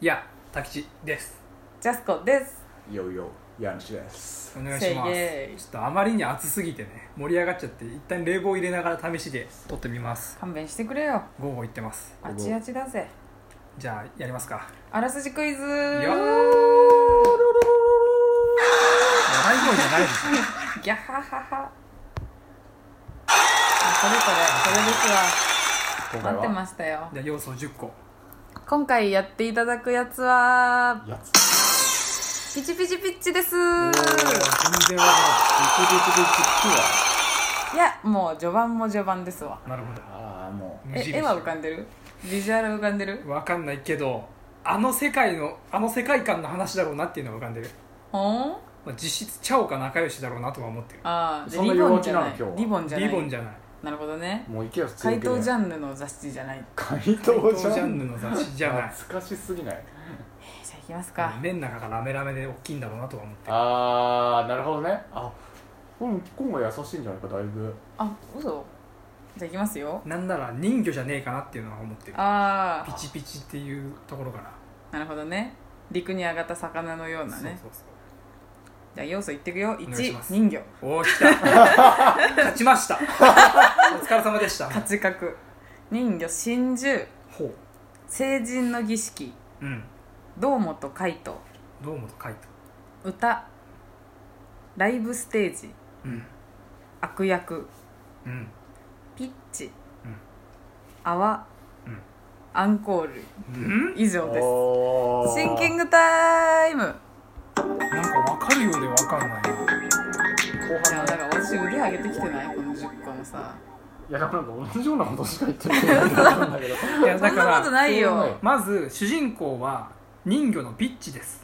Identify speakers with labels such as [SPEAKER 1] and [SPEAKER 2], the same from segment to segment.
[SPEAKER 1] いや滝地です
[SPEAKER 2] ジャスコです
[SPEAKER 3] いよいよ家主です
[SPEAKER 1] お願いしま
[SPEAKER 2] せい
[SPEAKER 1] す
[SPEAKER 2] えい
[SPEAKER 1] ちょっとあまりに暑すぎてね盛り上がっちゃって一旦冷房入れながら試しで撮ってみます
[SPEAKER 2] 勘弁してくれよ
[SPEAKER 1] 午後行ってます
[SPEAKER 2] あちあちだぜ
[SPEAKER 1] じゃあやりますか
[SPEAKER 2] あらすじクイズ
[SPEAKER 1] よー笑い声じゃないですね
[SPEAKER 2] ギャハハハあそれそれそれです
[SPEAKER 3] 今
[SPEAKER 2] わ
[SPEAKER 3] 回
[SPEAKER 2] 待って
[SPEAKER 3] は
[SPEAKER 2] ましたよ
[SPEAKER 1] じゃあ要素10個
[SPEAKER 2] 今回やっていただくやつは
[SPEAKER 3] やつ
[SPEAKER 2] ピチピチピッチです
[SPEAKER 1] おー全然わか
[SPEAKER 2] いやもう序盤も序盤ですわ
[SPEAKER 1] んないなるほど
[SPEAKER 3] ああも
[SPEAKER 1] 無
[SPEAKER 2] え
[SPEAKER 1] 印
[SPEAKER 2] 絵は浮かんでるビジュアル浮かんでる
[SPEAKER 1] わかんないけどあの世界のあの世界観の話だろうなっていうのは浮かんでる、
[SPEAKER 2] ほん
[SPEAKER 1] まあ、実質チャオか仲良しだろうなとは思ってる
[SPEAKER 2] ああで
[SPEAKER 3] そんな
[SPEAKER 2] リボンじゃ
[SPEAKER 3] 幼稚なの
[SPEAKER 2] ない
[SPEAKER 3] 今日は
[SPEAKER 2] リボンじゃな
[SPEAKER 1] リ
[SPEAKER 2] い
[SPEAKER 1] ボンじゃない
[SPEAKER 2] なるほどね
[SPEAKER 3] うもう池を普通
[SPEAKER 2] 怪盗ジャ
[SPEAKER 3] ン
[SPEAKER 2] ンヌの雑誌じゃない
[SPEAKER 3] 怪
[SPEAKER 1] 東
[SPEAKER 3] 盗ジ
[SPEAKER 1] ジ
[SPEAKER 3] ャ
[SPEAKER 1] ャン
[SPEAKER 3] ン
[SPEAKER 1] ヌの雑誌じゃない
[SPEAKER 3] 懐かしすぎない
[SPEAKER 2] じゃあいきますか
[SPEAKER 1] 麺の中がラメラメで大きいんだろうなとは思ってる
[SPEAKER 3] ああなるほどねあうん今回優しいんじゃないかだいぶ
[SPEAKER 2] あ嘘じゃあいきますよ
[SPEAKER 1] なんなら人魚じゃねえかなっていうのは思ってる
[SPEAKER 2] あ
[SPEAKER 1] ピチピチっていうところから
[SPEAKER 2] あなるほどね陸に上がった魚のようなね
[SPEAKER 1] そうそう
[SPEAKER 2] じゃあ要素いってくよ
[SPEAKER 1] お願いし
[SPEAKER 2] 1
[SPEAKER 1] ます
[SPEAKER 2] 人魚
[SPEAKER 1] そうおー来た 勝ちましたお疲れ様でした
[SPEAKER 2] 勝ち角人魚真珠
[SPEAKER 1] ほう
[SPEAKER 2] 成人の儀式
[SPEAKER 1] うん
[SPEAKER 2] 堂本海斗
[SPEAKER 1] どうもと書いた
[SPEAKER 2] 歌ライブステージ
[SPEAKER 1] うん
[SPEAKER 2] 悪役
[SPEAKER 1] うん
[SPEAKER 2] ピッチ、
[SPEAKER 1] うん
[SPEAKER 2] 泡、
[SPEAKER 1] うん
[SPEAKER 2] アンコール
[SPEAKER 1] うん
[SPEAKER 2] 以上です
[SPEAKER 3] おー
[SPEAKER 2] シンキングタイム
[SPEAKER 1] なんかわかるようでわかんないな
[SPEAKER 3] 後
[SPEAKER 2] いや
[SPEAKER 3] 半
[SPEAKER 2] だから私腕上げてきてないこの10個のさ
[SPEAKER 3] いやでもなんか同じようなことしか言ってないんだ けど
[SPEAKER 1] いや
[SPEAKER 2] そんなことない
[SPEAKER 3] そう
[SPEAKER 2] よ
[SPEAKER 3] なの
[SPEAKER 1] まず主人公は人魚のピッチです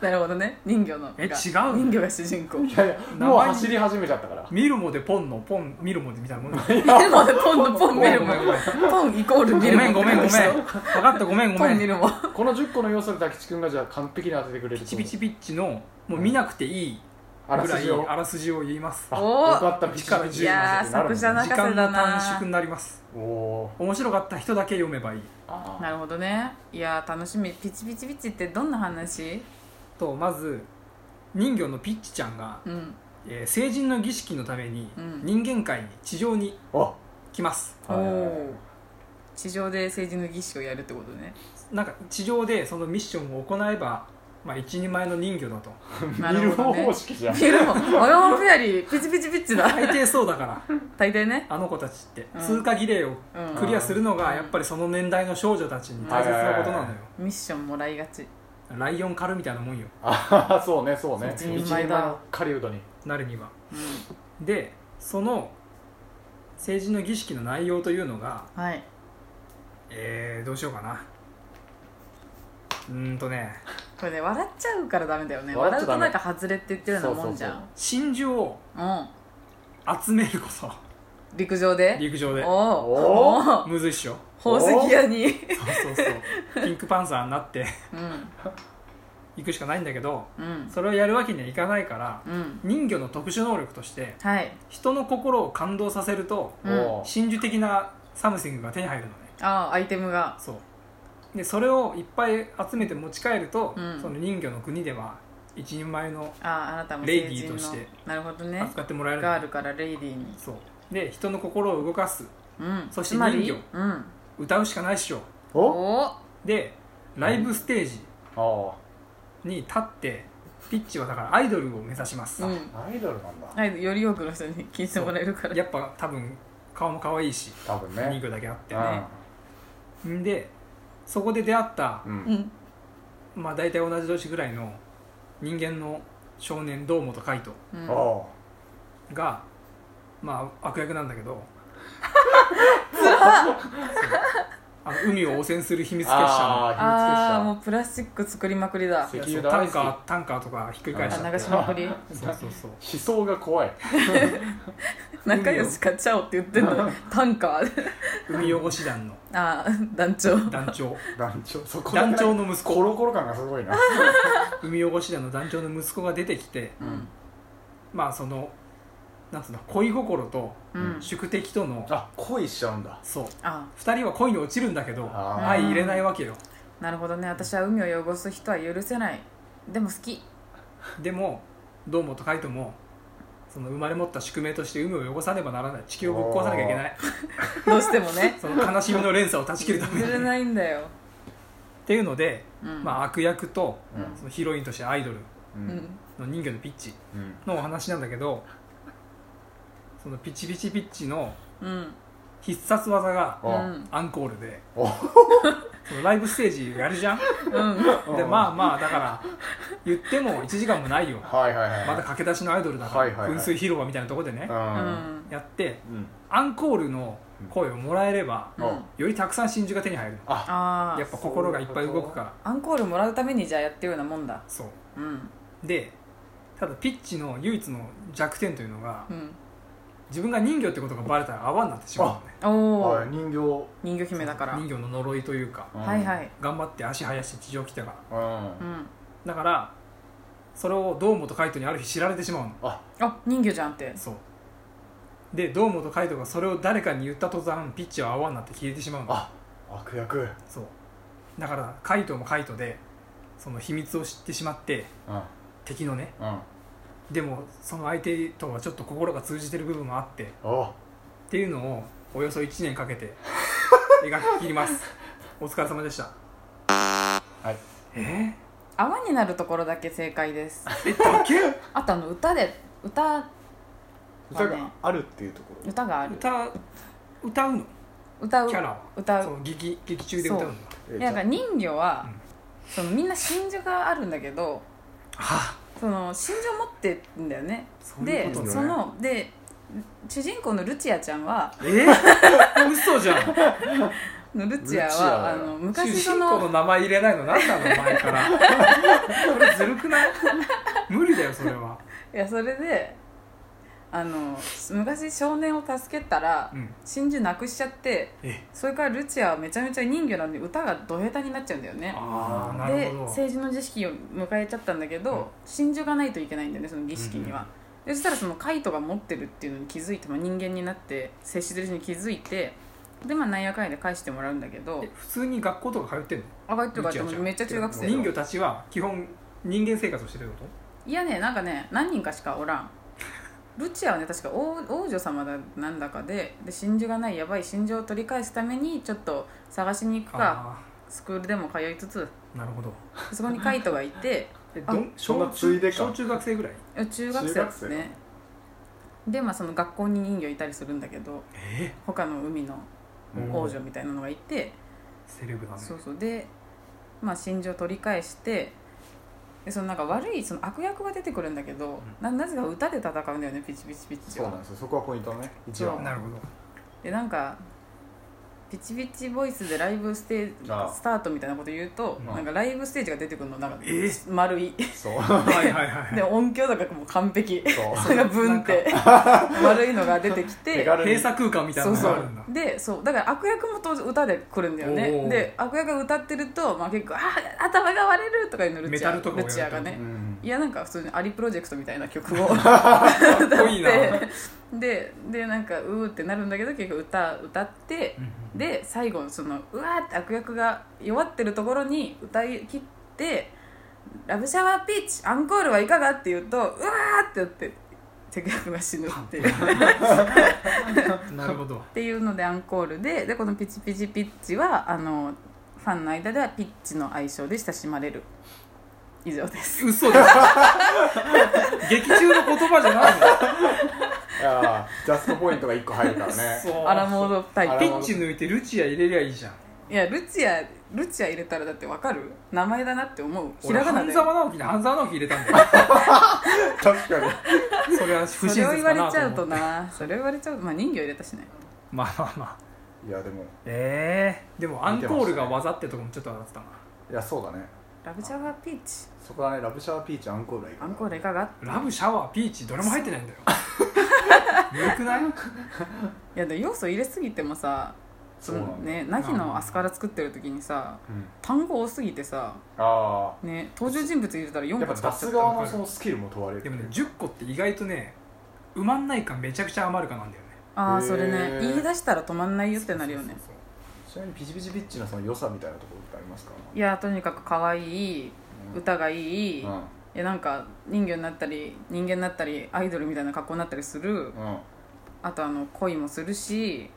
[SPEAKER 2] なるほどね人魚の
[SPEAKER 1] え違う
[SPEAKER 2] が人魚が主人公
[SPEAKER 3] いやいやもう走り始めちゃったから
[SPEAKER 1] 見るもでポンのポン見るもでみたいなもん だ
[SPEAKER 2] でもねポンのポン見る
[SPEAKER 1] ご
[SPEAKER 2] も
[SPEAKER 1] めんごめん
[SPEAKER 2] ポンイコール
[SPEAKER 1] ごめ
[SPEAKER 2] 見るも
[SPEAKER 1] んごめんごめん分
[SPEAKER 2] ポ
[SPEAKER 1] かったごめんごめ
[SPEAKER 2] ン見
[SPEAKER 1] ん
[SPEAKER 2] るも
[SPEAKER 3] この10個の要素で滝地君がじゃあ完璧に当ててくれる
[SPEAKER 1] ピチピチピッチのもう見なくていいぐ
[SPEAKER 3] あら
[SPEAKER 1] らい
[SPEAKER 3] すじを
[SPEAKER 1] あらすじを言います
[SPEAKER 3] あ
[SPEAKER 2] おー
[SPEAKER 3] よかったピチピチ
[SPEAKER 2] いやー作者な
[SPEAKER 1] 時
[SPEAKER 2] 泣
[SPEAKER 1] 間
[SPEAKER 2] かせ
[SPEAKER 1] の
[SPEAKER 2] だな
[SPEAKER 1] 短縮になります
[SPEAKER 3] おお
[SPEAKER 1] 面白かった人だけ読めばいい
[SPEAKER 3] ー
[SPEAKER 2] なるほどねいやー楽しみピチピチピチってどんな話
[SPEAKER 1] とまず人魚のピッチちゃんが、
[SPEAKER 2] うん
[SPEAKER 1] えー成人の儀式のために
[SPEAKER 2] うん
[SPEAKER 1] 人間界に地上に
[SPEAKER 3] あ
[SPEAKER 1] 来ます
[SPEAKER 2] お
[SPEAKER 3] はいはいはい
[SPEAKER 2] お地上で政治の儀式をやるってこと ね
[SPEAKER 1] なんか地上でそのミッションを行えば、まあ、一人前の人魚だと
[SPEAKER 2] な
[SPEAKER 3] 見
[SPEAKER 2] る
[SPEAKER 3] る
[SPEAKER 2] ほどね
[SPEAKER 3] 方式じゃん
[SPEAKER 2] いやでもワガマンフェアリーピチピチピチだ
[SPEAKER 1] 大抵そうだ から
[SPEAKER 2] 大体ね
[SPEAKER 1] あの子たちって、
[SPEAKER 2] うん
[SPEAKER 1] 通過儀礼を
[SPEAKER 2] うん
[SPEAKER 1] クリアするのがやっぱりその年代の少女たちに大切なことなのよ、
[SPEAKER 2] ミッションもらいがち
[SPEAKER 1] ライオン狩るみたいなもんよ
[SPEAKER 3] あー そうねそうね
[SPEAKER 2] 一人前だ
[SPEAKER 3] の狩人に
[SPEAKER 1] なるには
[SPEAKER 2] うん
[SPEAKER 1] でその政治の儀式の内容というのが
[SPEAKER 2] はい
[SPEAKER 1] えー、どうしようかなうーんとね
[SPEAKER 2] これね笑っちゃうからダメだよね
[SPEAKER 3] 笑
[SPEAKER 2] 笑
[SPEAKER 3] っち
[SPEAKER 2] う
[SPEAKER 3] ゃダ
[SPEAKER 2] と
[SPEAKER 3] メ
[SPEAKER 2] なんか外れって言ってるようなもんじゃん
[SPEAKER 3] そう
[SPEAKER 1] 真珠を
[SPEAKER 2] うん
[SPEAKER 1] 集めること
[SPEAKER 2] 陸上で
[SPEAKER 1] 陸上
[SPEAKER 2] お
[SPEAKER 1] で
[SPEAKER 2] お
[SPEAKER 3] お
[SPEAKER 2] お
[SPEAKER 1] むずいっしょ
[SPEAKER 2] 宝石屋に
[SPEAKER 1] そうそうそうピンクパンサーになって
[SPEAKER 2] うん
[SPEAKER 1] いくしかないんだけど
[SPEAKER 2] うん
[SPEAKER 1] それをやるわけにはいかないから
[SPEAKER 2] うん
[SPEAKER 1] 人魚の特殊能力として
[SPEAKER 2] はい
[SPEAKER 1] 人の心を感動させると
[SPEAKER 2] うん
[SPEAKER 3] おー
[SPEAKER 1] 真珠的なサムシングが手に入るのね
[SPEAKER 2] ああアイテムが
[SPEAKER 1] そうでそれをいっぱい集めて持ち帰ると、
[SPEAKER 2] うん
[SPEAKER 1] その人魚の国では一人前の
[SPEAKER 2] あああなたも
[SPEAKER 1] レイデ
[SPEAKER 2] 成
[SPEAKER 1] ィー
[SPEAKER 2] 人の
[SPEAKER 1] として
[SPEAKER 2] なるほどね
[SPEAKER 1] 扱ってもらえるの
[SPEAKER 2] ガールからレイディーに
[SPEAKER 1] そうで人の心を動かす
[SPEAKER 2] うん
[SPEAKER 1] そして
[SPEAKER 2] つまり
[SPEAKER 1] 人
[SPEAKER 2] うん
[SPEAKER 1] 歌うしかないっしょ
[SPEAKER 2] お
[SPEAKER 3] お
[SPEAKER 2] お
[SPEAKER 1] でライブステージ
[SPEAKER 3] あ
[SPEAKER 1] に立ってピッチはだからアイドルを目指します、
[SPEAKER 2] うん
[SPEAKER 3] あアイドルなんだ
[SPEAKER 2] はいより多くの人に聞いてもらえるから
[SPEAKER 1] やっぱ多分顔も可愛いし
[SPEAKER 3] 多分
[SPEAKER 1] 人
[SPEAKER 3] ね
[SPEAKER 1] 魚だけあって
[SPEAKER 2] ね
[SPEAKER 1] んでそこで出会った
[SPEAKER 3] う、
[SPEAKER 2] うんん
[SPEAKER 1] まあ、大体同じ年ぐらいの人間の少年堂本海斗
[SPEAKER 2] うん
[SPEAKER 3] お
[SPEAKER 1] がまあ悪役なんだけどそうあの海を汚染する秘密結社
[SPEAKER 2] ああも
[SPEAKER 3] あ
[SPEAKER 2] うプラスチック作りまくりだ
[SPEAKER 3] ー
[SPEAKER 1] の
[SPEAKER 3] 秘密
[SPEAKER 1] いや
[SPEAKER 3] 結
[SPEAKER 1] そうタ
[SPEAKER 3] 社
[SPEAKER 1] ン
[SPEAKER 3] 大
[SPEAKER 1] カ
[SPEAKER 3] 好
[SPEAKER 1] ータンカーとかひっくり返し
[SPEAKER 2] あ
[SPEAKER 1] ちゃっ
[SPEAKER 2] 流
[SPEAKER 1] て
[SPEAKER 2] し
[SPEAKER 1] そう
[SPEAKER 2] まくり
[SPEAKER 1] そうそう
[SPEAKER 3] きつき思想が怖い
[SPEAKER 2] 仲良しかちゃおって言ってんのにタンカー
[SPEAKER 1] 海汚し団の
[SPEAKER 2] ああ団長
[SPEAKER 1] 団 長
[SPEAKER 3] 団長そこだけ
[SPEAKER 1] 団長の息
[SPEAKER 3] コ
[SPEAKER 1] 子
[SPEAKER 3] ロコロ感がすごいな
[SPEAKER 1] 海汚し団の団長の息子が出てきて
[SPEAKER 2] うん
[SPEAKER 1] まあそのなんつうの恋心と
[SPEAKER 2] うん
[SPEAKER 1] 宿敵との
[SPEAKER 3] あ恋しちゃうんだ
[SPEAKER 1] そう
[SPEAKER 2] あ
[SPEAKER 1] 2人は恋に落ちるんだけど
[SPEAKER 3] あー
[SPEAKER 1] 愛入れないわけよ
[SPEAKER 2] なるほどね私は海を汚す人は許せないでも好き
[SPEAKER 1] でも堂本海斗もその生まれ持った宿命として海を汚さねばならない地球をぶっ壊さなきゃいけない
[SPEAKER 2] どうしてもね
[SPEAKER 1] その悲しみの連鎖を断ち切るために
[SPEAKER 2] 譲れ
[SPEAKER 1] っ
[SPEAKER 2] ないんだよ、
[SPEAKER 1] ていうので、
[SPEAKER 2] うん、
[SPEAKER 1] まあ、悪役と
[SPEAKER 3] うん
[SPEAKER 1] そのヒロインとしてアイドル
[SPEAKER 3] う
[SPEAKER 2] うんん
[SPEAKER 1] の人魚のピッチ
[SPEAKER 3] うん
[SPEAKER 1] のお話なんだけどそのピチピチピッチの
[SPEAKER 2] うん
[SPEAKER 1] 必殺技が
[SPEAKER 2] う
[SPEAKER 3] あ
[SPEAKER 2] ん
[SPEAKER 1] アンコールで
[SPEAKER 3] お
[SPEAKER 1] そのライブステージやるじゃん
[SPEAKER 2] うん
[SPEAKER 1] でまあまあだから言っても1時間もないよ
[SPEAKER 3] はいはいはい
[SPEAKER 1] まだ駆け出しのアイドルだか
[SPEAKER 3] はい
[SPEAKER 1] ら
[SPEAKER 3] はいはい
[SPEAKER 1] 噴水広場みたいなところでね
[SPEAKER 2] うん
[SPEAKER 1] やって
[SPEAKER 3] うんうん
[SPEAKER 1] アンコールの声をもらえれば
[SPEAKER 2] うん
[SPEAKER 3] あ
[SPEAKER 1] よりたくさん真珠が手に入る
[SPEAKER 3] あ
[SPEAKER 2] あ
[SPEAKER 1] やっ
[SPEAKER 2] あ
[SPEAKER 1] ぱ心がいっぱい動くから
[SPEAKER 2] アンコールもらうためにじゃあやってるようなもんだ
[SPEAKER 1] そう
[SPEAKER 2] うん
[SPEAKER 1] でただピッチの唯一の弱点というのが
[SPEAKER 2] うん
[SPEAKER 1] 自分が人魚ってことがバレたら泡になってしまうのね
[SPEAKER 2] おお
[SPEAKER 3] はい人形
[SPEAKER 2] 人魚姫だから
[SPEAKER 1] 人魚の呪いというか
[SPEAKER 3] うん
[SPEAKER 2] はいはい
[SPEAKER 1] 頑張って足生やして地上来たから
[SPEAKER 3] うん
[SPEAKER 2] うん
[SPEAKER 1] だからそれを堂本海斗にある日知られてしまうの
[SPEAKER 2] あ人魚じゃんって
[SPEAKER 1] そうで堂本海斗がそれを誰かに言った途端ピッチは泡になって消えてしまうの
[SPEAKER 3] あ悪役うん
[SPEAKER 1] そうだから海斗も海斗でその秘密を知ってしまって敵のね
[SPEAKER 3] うん
[SPEAKER 1] でもその相手とはちょっと心が通じてる部分もあってっ
[SPEAKER 3] お
[SPEAKER 1] ていうのをおよそ1年かけ て描き切りますお疲れ様でした
[SPEAKER 3] はい
[SPEAKER 1] え
[SPEAKER 2] 泡になるところだけ正解です
[SPEAKER 1] ー、えだけ
[SPEAKER 2] あとあの歌で歌
[SPEAKER 3] 歌があるっていうところ
[SPEAKER 2] 歌がある
[SPEAKER 1] 歌歌うの
[SPEAKER 2] 歌う
[SPEAKER 1] キャラは
[SPEAKER 2] 歌う
[SPEAKER 1] その劇劇中で歌うの
[SPEAKER 2] そう
[SPEAKER 3] え
[SPEAKER 2] いやなんか人魚は、
[SPEAKER 1] うん
[SPEAKER 2] そのみんな真珠があるんだけど
[SPEAKER 1] はあ
[SPEAKER 2] その真珠を持ってんだよね
[SPEAKER 1] そういうこと
[SPEAKER 2] で
[SPEAKER 1] ね
[SPEAKER 2] そので主人公のルチアちゃんは
[SPEAKER 1] えー、嘘じゃん
[SPEAKER 2] ルチアは
[SPEAKER 3] ルチアは
[SPEAKER 2] あの
[SPEAKER 1] 主
[SPEAKER 2] 昔
[SPEAKER 1] 人
[SPEAKER 2] そ
[SPEAKER 1] 公の
[SPEAKER 2] の
[SPEAKER 1] 名前入れないの何なの前からこれずるくない無理だよそれはい
[SPEAKER 2] やそれであの昔少年を助けたら、
[SPEAKER 1] うん
[SPEAKER 2] 真珠なくしちゃって
[SPEAKER 1] え
[SPEAKER 2] それからルチアはめちゃめちゃ人魚なんで歌がド下手になっちゃうんだよね
[SPEAKER 1] ああなる
[SPEAKER 2] で
[SPEAKER 1] ほど
[SPEAKER 2] 成人の儀式を迎えちゃったんだけど、
[SPEAKER 1] うん
[SPEAKER 2] 真珠がないといけないんだよねその儀式には、でそしたらそのカイトが持ってるっていうのに気づいて、まあ、人間になって接してる人に気づいてでまあなんやかんやで返してもらうんだけど
[SPEAKER 1] え普通に学校とか通ってんの
[SPEAKER 2] あがってるかって
[SPEAKER 1] ルチアちゃん
[SPEAKER 2] めっちゃ中学生
[SPEAKER 1] 人魚たちは基本人間生活をしてるってこ
[SPEAKER 2] いやねなんかね何人かしかおらんルチアはね確か王王女様だなんだかでで真珠がないやばい真珠を取り返すためにちょっと探しに行く
[SPEAKER 1] と
[SPEAKER 2] か
[SPEAKER 1] あ
[SPEAKER 2] スクールでも通いつつ
[SPEAKER 1] あなるほど
[SPEAKER 2] そこにカイトがい て
[SPEAKER 1] え
[SPEAKER 2] あ
[SPEAKER 1] どん
[SPEAKER 3] そんな
[SPEAKER 1] 小
[SPEAKER 3] ついで
[SPEAKER 1] 中
[SPEAKER 3] か
[SPEAKER 1] 小中学生ぐらい
[SPEAKER 2] 中学生ですねでまあその学校に人魚いたりするんだけど
[SPEAKER 1] え
[SPEAKER 2] 他の海の
[SPEAKER 3] うん
[SPEAKER 2] 王女みたいなのがいて、
[SPEAKER 1] セレブだね
[SPEAKER 2] そうそうで、まあ、真珠を取り返してでそのなんか悪いその悪役が出てくるんだけど、ななぜか歌で戦うんだよねピチピチピチ
[SPEAKER 3] そうなん
[SPEAKER 2] は
[SPEAKER 3] ですよそこはポイントね一
[SPEAKER 2] そう
[SPEAKER 3] 番
[SPEAKER 1] なるほど
[SPEAKER 2] でなんかピチピチボイスでライブステー
[SPEAKER 3] あ
[SPEAKER 2] ジスタートみたいなこと言うと
[SPEAKER 1] うん
[SPEAKER 2] なんかライブステージが出てくるのなんか
[SPEAKER 1] えー
[SPEAKER 2] 丸い
[SPEAKER 3] そう
[SPEAKER 1] はいはいはい
[SPEAKER 2] で音響とかもう完 璧
[SPEAKER 3] そう
[SPEAKER 2] それがブンって 丸いのが出てき て
[SPEAKER 3] 手軽
[SPEAKER 1] 閉鎖空間みたいな
[SPEAKER 2] そう
[SPEAKER 1] のが
[SPEAKER 2] そ
[SPEAKER 1] あるんだ
[SPEAKER 2] うでそうだから悪役も当然歌で来るんだよ
[SPEAKER 1] お
[SPEAKER 2] ね
[SPEAKER 1] ー
[SPEAKER 2] で悪役が歌ってると、まあ、結構「あー頭が割れる」とかいうのル
[SPEAKER 1] メ
[SPEAKER 2] チ
[SPEAKER 1] タ
[SPEAKER 2] ア
[SPEAKER 1] ルとかをや
[SPEAKER 2] ル
[SPEAKER 1] ると
[SPEAKER 2] チアが
[SPEAKER 3] う
[SPEAKER 2] ね
[SPEAKER 3] ん
[SPEAKER 2] いやなんか普通にアリプロジェクトみたいな曲 を
[SPEAKER 1] かっこいいな
[SPEAKER 2] ででなんかうーってなるんだけど結局歌歌って
[SPEAKER 1] うんうん
[SPEAKER 2] で最後そのうわーって悪役が弱ってるところに歌い切って「ラブシャワーピーチアンコールはいかが?」って言うと「うわ!」ってやって敵役が死ぬって いう。
[SPEAKER 1] なるほど
[SPEAKER 2] っていうのでアンコールででこの「ピチピチピッチは」あのファンの間ではピッチの愛称で親しまれる以上です
[SPEAKER 1] 嘘です 劇中の言葉じゃないの
[SPEAKER 3] いやージャストポイントが一個入るからね
[SPEAKER 1] そう
[SPEAKER 2] アラモードタ
[SPEAKER 3] あ
[SPEAKER 1] ピ
[SPEAKER 2] イ
[SPEAKER 1] ッチ抜いてルチア入れりゃいいじゃん
[SPEAKER 2] プいやルチアルチア入れたらだってわかる名前だなって思うひ
[SPEAKER 1] 俺
[SPEAKER 2] らがな
[SPEAKER 1] 半
[SPEAKER 2] で
[SPEAKER 1] 沢直樹に半沢直樹入れたんだよ
[SPEAKER 3] 確かに
[SPEAKER 1] それは不
[SPEAKER 2] そ
[SPEAKER 1] 親
[SPEAKER 2] れを
[SPEAKER 1] 切
[SPEAKER 2] 言わ
[SPEAKER 1] だ
[SPEAKER 2] れ
[SPEAKER 1] な
[SPEAKER 2] ちゃう
[SPEAKER 1] と
[SPEAKER 2] と
[SPEAKER 1] 思って
[SPEAKER 2] なそれを言われちゃうとまあ人魚入れたしね
[SPEAKER 1] まあまあまあ
[SPEAKER 3] いやでも
[SPEAKER 1] ええでもアンコールが技ってとこもちょっと上がってたない
[SPEAKER 3] やそうだね
[SPEAKER 2] ラブチャワーピーチ
[SPEAKER 3] そこはねラブシャワーピーチアンコールがいいか
[SPEAKER 2] ア
[SPEAKER 3] な
[SPEAKER 2] ンコールいかが
[SPEAKER 1] ラブシャワーピーチどれも入ってない んだよよくない
[SPEAKER 2] いやでも要素入れすぎてもさ
[SPEAKER 3] そうなんだ
[SPEAKER 2] ねナヒのアスカラ作ってる時にさ
[SPEAKER 3] うん
[SPEAKER 2] 単語多すぎてさ
[SPEAKER 3] あ
[SPEAKER 2] ね登場人物入れたら
[SPEAKER 3] あ
[SPEAKER 2] 4
[SPEAKER 3] やっ
[SPEAKER 2] 個
[SPEAKER 3] ぱ
[SPEAKER 2] 使
[SPEAKER 3] 出
[SPEAKER 2] っちゃ
[SPEAKER 3] す
[SPEAKER 2] ったの
[SPEAKER 3] 側のそのスキルも問われる
[SPEAKER 1] でもね10個って意外とね埋まんないかめちゃくちゃ余るかなんだよね
[SPEAKER 2] あ
[SPEAKER 3] へ
[SPEAKER 2] あ
[SPEAKER 3] ー
[SPEAKER 2] それね言い出したら止まんないよってなるよね
[SPEAKER 1] そうそう
[SPEAKER 3] ちなみにピチピチビッチのその良さみたいなところってありますか、
[SPEAKER 2] いやとにかく可愛い歌がいい、
[SPEAKER 3] うん
[SPEAKER 2] いやなんか人魚になったり人間になったりアイドルみたいな格好になったりする
[SPEAKER 3] うん、うん、
[SPEAKER 2] あとあの恋もするし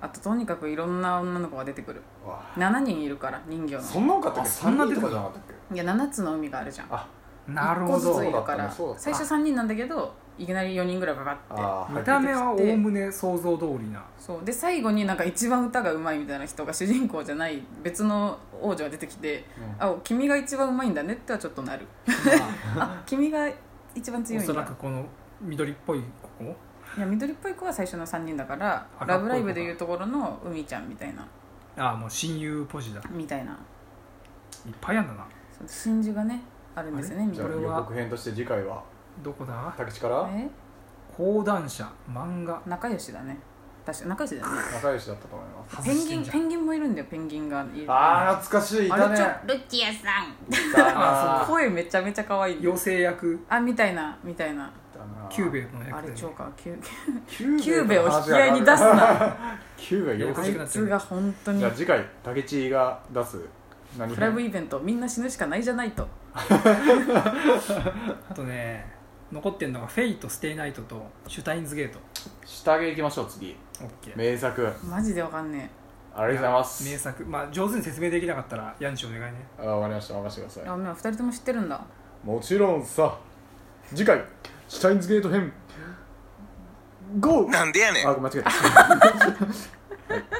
[SPEAKER 2] あととにかくいろんな女の子が出てくる
[SPEAKER 3] うわ
[SPEAKER 2] 7人いるから人魚の
[SPEAKER 3] そんな多かったっけ
[SPEAKER 1] あそんな
[SPEAKER 3] 三人と
[SPEAKER 1] 出て
[SPEAKER 3] かじゃなかったっけ
[SPEAKER 2] いや7つの海があるじゃん
[SPEAKER 3] あ
[SPEAKER 1] なる
[SPEAKER 2] 1個
[SPEAKER 1] ほ
[SPEAKER 2] ずつ
[SPEAKER 1] ど
[SPEAKER 2] いるか
[SPEAKER 3] そうだった
[SPEAKER 2] ら
[SPEAKER 3] ねそうだった
[SPEAKER 2] 最初3人なんだけどいきなり4人ぐらいかかって
[SPEAKER 3] あー
[SPEAKER 1] 見た目は
[SPEAKER 2] 入ってきて
[SPEAKER 1] おおむね想像通りな
[SPEAKER 2] そうで最後になんか一番歌がうまいみたいな人が主人公じゃない別の王女が出てきて「あ君が一番うまいんだね」ってはちょっとなる あ君が一番強
[SPEAKER 1] お
[SPEAKER 2] いんだ
[SPEAKER 1] そらくこの緑っぽいここ
[SPEAKER 2] いや緑っぽい子は最初の3人だから「
[SPEAKER 1] 赤っぽい子か
[SPEAKER 2] ラブライブ!」でいうところの海ちゃんみたいな
[SPEAKER 1] ああもう親友ポジだいっ
[SPEAKER 2] みたいな
[SPEAKER 1] ぱいあんだな
[SPEAKER 2] そう真珠がねあるんですよね
[SPEAKER 1] あ
[SPEAKER 3] うん
[SPEAKER 2] み
[SPEAKER 3] じ
[SPEAKER 2] ん
[SPEAKER 3] ゃ
[SPEAKER 2] な
[SPEAKER 3] あ
[SPEAKER 1] これ
[SPEAKER 3] 予
[SPEAKER 1] は
[SPEAKER 3] 告編として次回は
[SPEAKER 1] どこだ
[SPEAKER 3] 竹地から
[SPEAKER 2] え
[SPEAKER 1] 講談社漫画
[SPEAKER 2] 仲良しだね確か仲良しだよね
[SPEAKER 3] 仲良しだったと思います
[SPEAKER 1] 外
[SPEAKER 2] ペン
[SPEAKER 1] し
[SPEAKER 2] ギ
[SPEAKER 1] てん
[SPEAKER 2] ン
[SPEAKER 1] じゃ
[SPEAKER 2] ペ
[SPEAKER 1] ん
[SPEAKER 2] ンギンもいるんだよペンギンがいる
[SPEAKER 3] あー懐かしいいた
[SPEAKER 2] あれ
[SPEAKER 3] ね
[SPEAKER 2] ちょルッチアさん
[SPEAKER 3] いたな
[SPEAKER 1] あ
[SPEAKER 2] 声めちゃめちゃ可愛い
[SPEAKER 1] 妖精役
[SPEAKER 2] あみたいなみたいない
[SPEAKER 3] たな
[SPEAKER 1] キューベの役
[SPEAKER 2] あれ
[SPEAKER 1] でね
[SPEAKER 2] 超かキュ
[SPEAKER 3] キュ
[SPEAKER 2] キューベを引き合いに出すな
[SPEAKER 3] キューベ
[SPEAKER 1] やや
[SPEAKER 3] よ
[SPEAKER 1] こ
[SPEAKER 3] く
[SPEAKER 2] あ
[SPEAKER 1] しく
[SPEAKER 2] い
[SPEAKER 1] なって
[SPEAKER 2] つ
[SPEAKER 1] る
[SPEAKER 2] が本当に
[SPEAKER 3] じゃあ次回竹地が出す何
[SPEAKER 2] クラブイベントみんな死ぬしかないじゃないと
[SPEAKER 1] あとね残ってんのが「フェイト・ステイ・ナイト」と「シュタインズ・ゲート
[SPEAKER 3] 下着行きましょう次」
[SPEAKER 1] オッケー
[SPEAKER 3] 名作
[SPEAKER 2] マジでわかんね
[SPEAKER 3] ありがとうございます
[SPEAKER 1] 名作まあ上手に説明できなかったらヤンチお願いね
[SPEAKER 3] あわかりました任せてくだ
[SPEAKER 2] え
[SPEAKER 3] さ
[SPEAKER 2] あ2人とも知ってるんだ
[SPEAKER 3] いもちろんさ次回シュタインズゲート編 GO!
[SPEAKER 4] なんでやねん
[SPEAKER 3] あ、間違えた